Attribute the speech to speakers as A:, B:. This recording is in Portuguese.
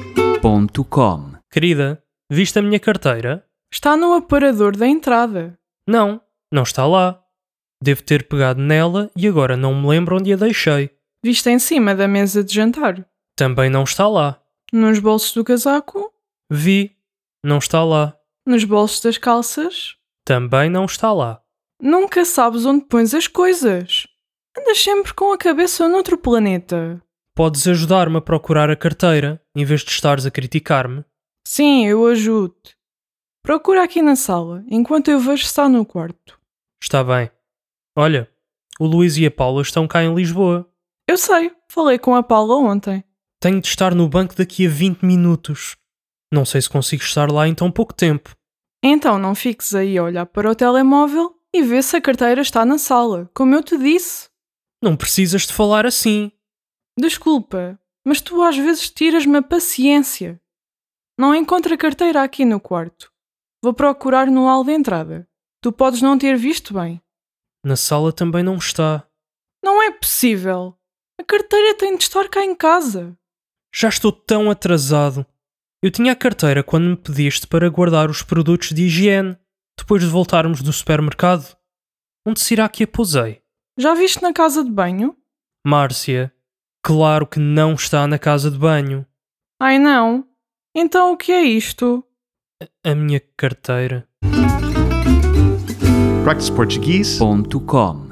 A: practiceportuguese.com
B: Querida, viste a minha carteira?
C: Está no aparador da entrada.
B: Não, não está lá. Devo ter pegado nela e agora não me lembro onde a deixei.
C: Vista em cima da mesa de jantar.
B: Também não está lá.
C: Nos bolsos do casaco.
B: Vi, não está lá.
C: Nos bolsos das calças.
B: Também não está lá.
C: Nunca sabes onde pões as coisas. Andas sempre com a cabeça noutro planeta.
B: Podes ajudar-me a procurar a carteira, em vez de estares a criticar-me.
C: Sim, eu ajudo-te. Procura aqui na sala, enquanto eu vejo se está no quarto.
B: Está bem. Olha, o Luís e a Paula estão cá em Lisboa.
C: Eu sei, falei com a Paula ontem.
B: Tenho de estar no banco daqui a 20 minutos. Não sei se consigo estar lá em tão pouco tempo.
C: Então não fiques aí a olhar para o telemóvel e vê se a carteira está na sala, como eu te disse.
B: Não precisas de falar assim.
C: Desculpa, mas tu às vezes tiras-me a paciência. Não encontro a carteira aqui no quarto. Vou procurar no hall de entrada. Tu podes não ter visto bem.
B: Na sala também não está.
C: Não é possível. A carteira tem de estar cá em casa.
B: Já estou tão atrasado. Eu tinha a carteira quando me pediste para guardar os produtos de higiene, depois de voltarmos do supermercado. Onde será que a pusei?
C: Já viste na casa de banho?
B: Márcia, claro que não está na casa de banho.
C: Ai não. Então o que é isto?
B: A minha carteira.
A: practiceportuguese.com